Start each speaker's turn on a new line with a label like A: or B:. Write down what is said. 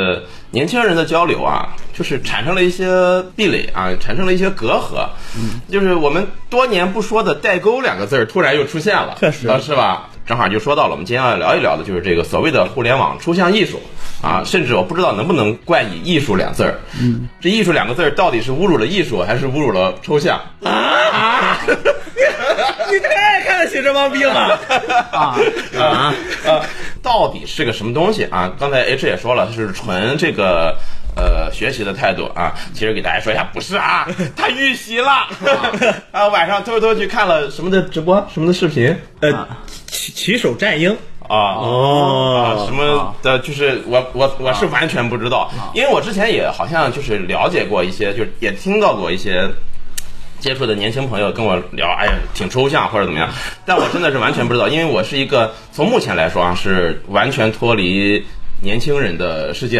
A: 呃，年轻人的交流啊，就是产生了一些壁垒啊，产生了一些隔阂，
B: 嗯
A: 就是我们多年不说的“代沟”两个字儿突然又出现了，
B: 确实
A: 啊是吧？正好就说到了，我们今天要聊一聊的就是这个所谓的互联网抽象艺术
B: 嗯
A: 啊，甚至我不知道能不能冠以“艺术”两字儿。嗯，这“艺术”两个字儿到底是侮辱了艺术，还是侮辱了抽象？
B: 你太看得起这帮逼了。
A: 啊啊，到底是个什么东西啊？刚才 H 也说了，是纯这个。呃，学习的态度啊，其实给大家说一下，不是啊，他预习了啊，晚上偷偷去看了什么的直播，什么的视频
B: 呃，起起手战鹰
A: 啊，啊，啊什么的，就是我我我是完全不知道，因为我之前也好像就是了解过一些，就是也听到过一些。接触的年轻朋友跟我聊，哎呀，挺抽象或者怎么样，但我真的是完全不知道，因为我是一个从目前来说啊，是完全脱离年轻人的世界的。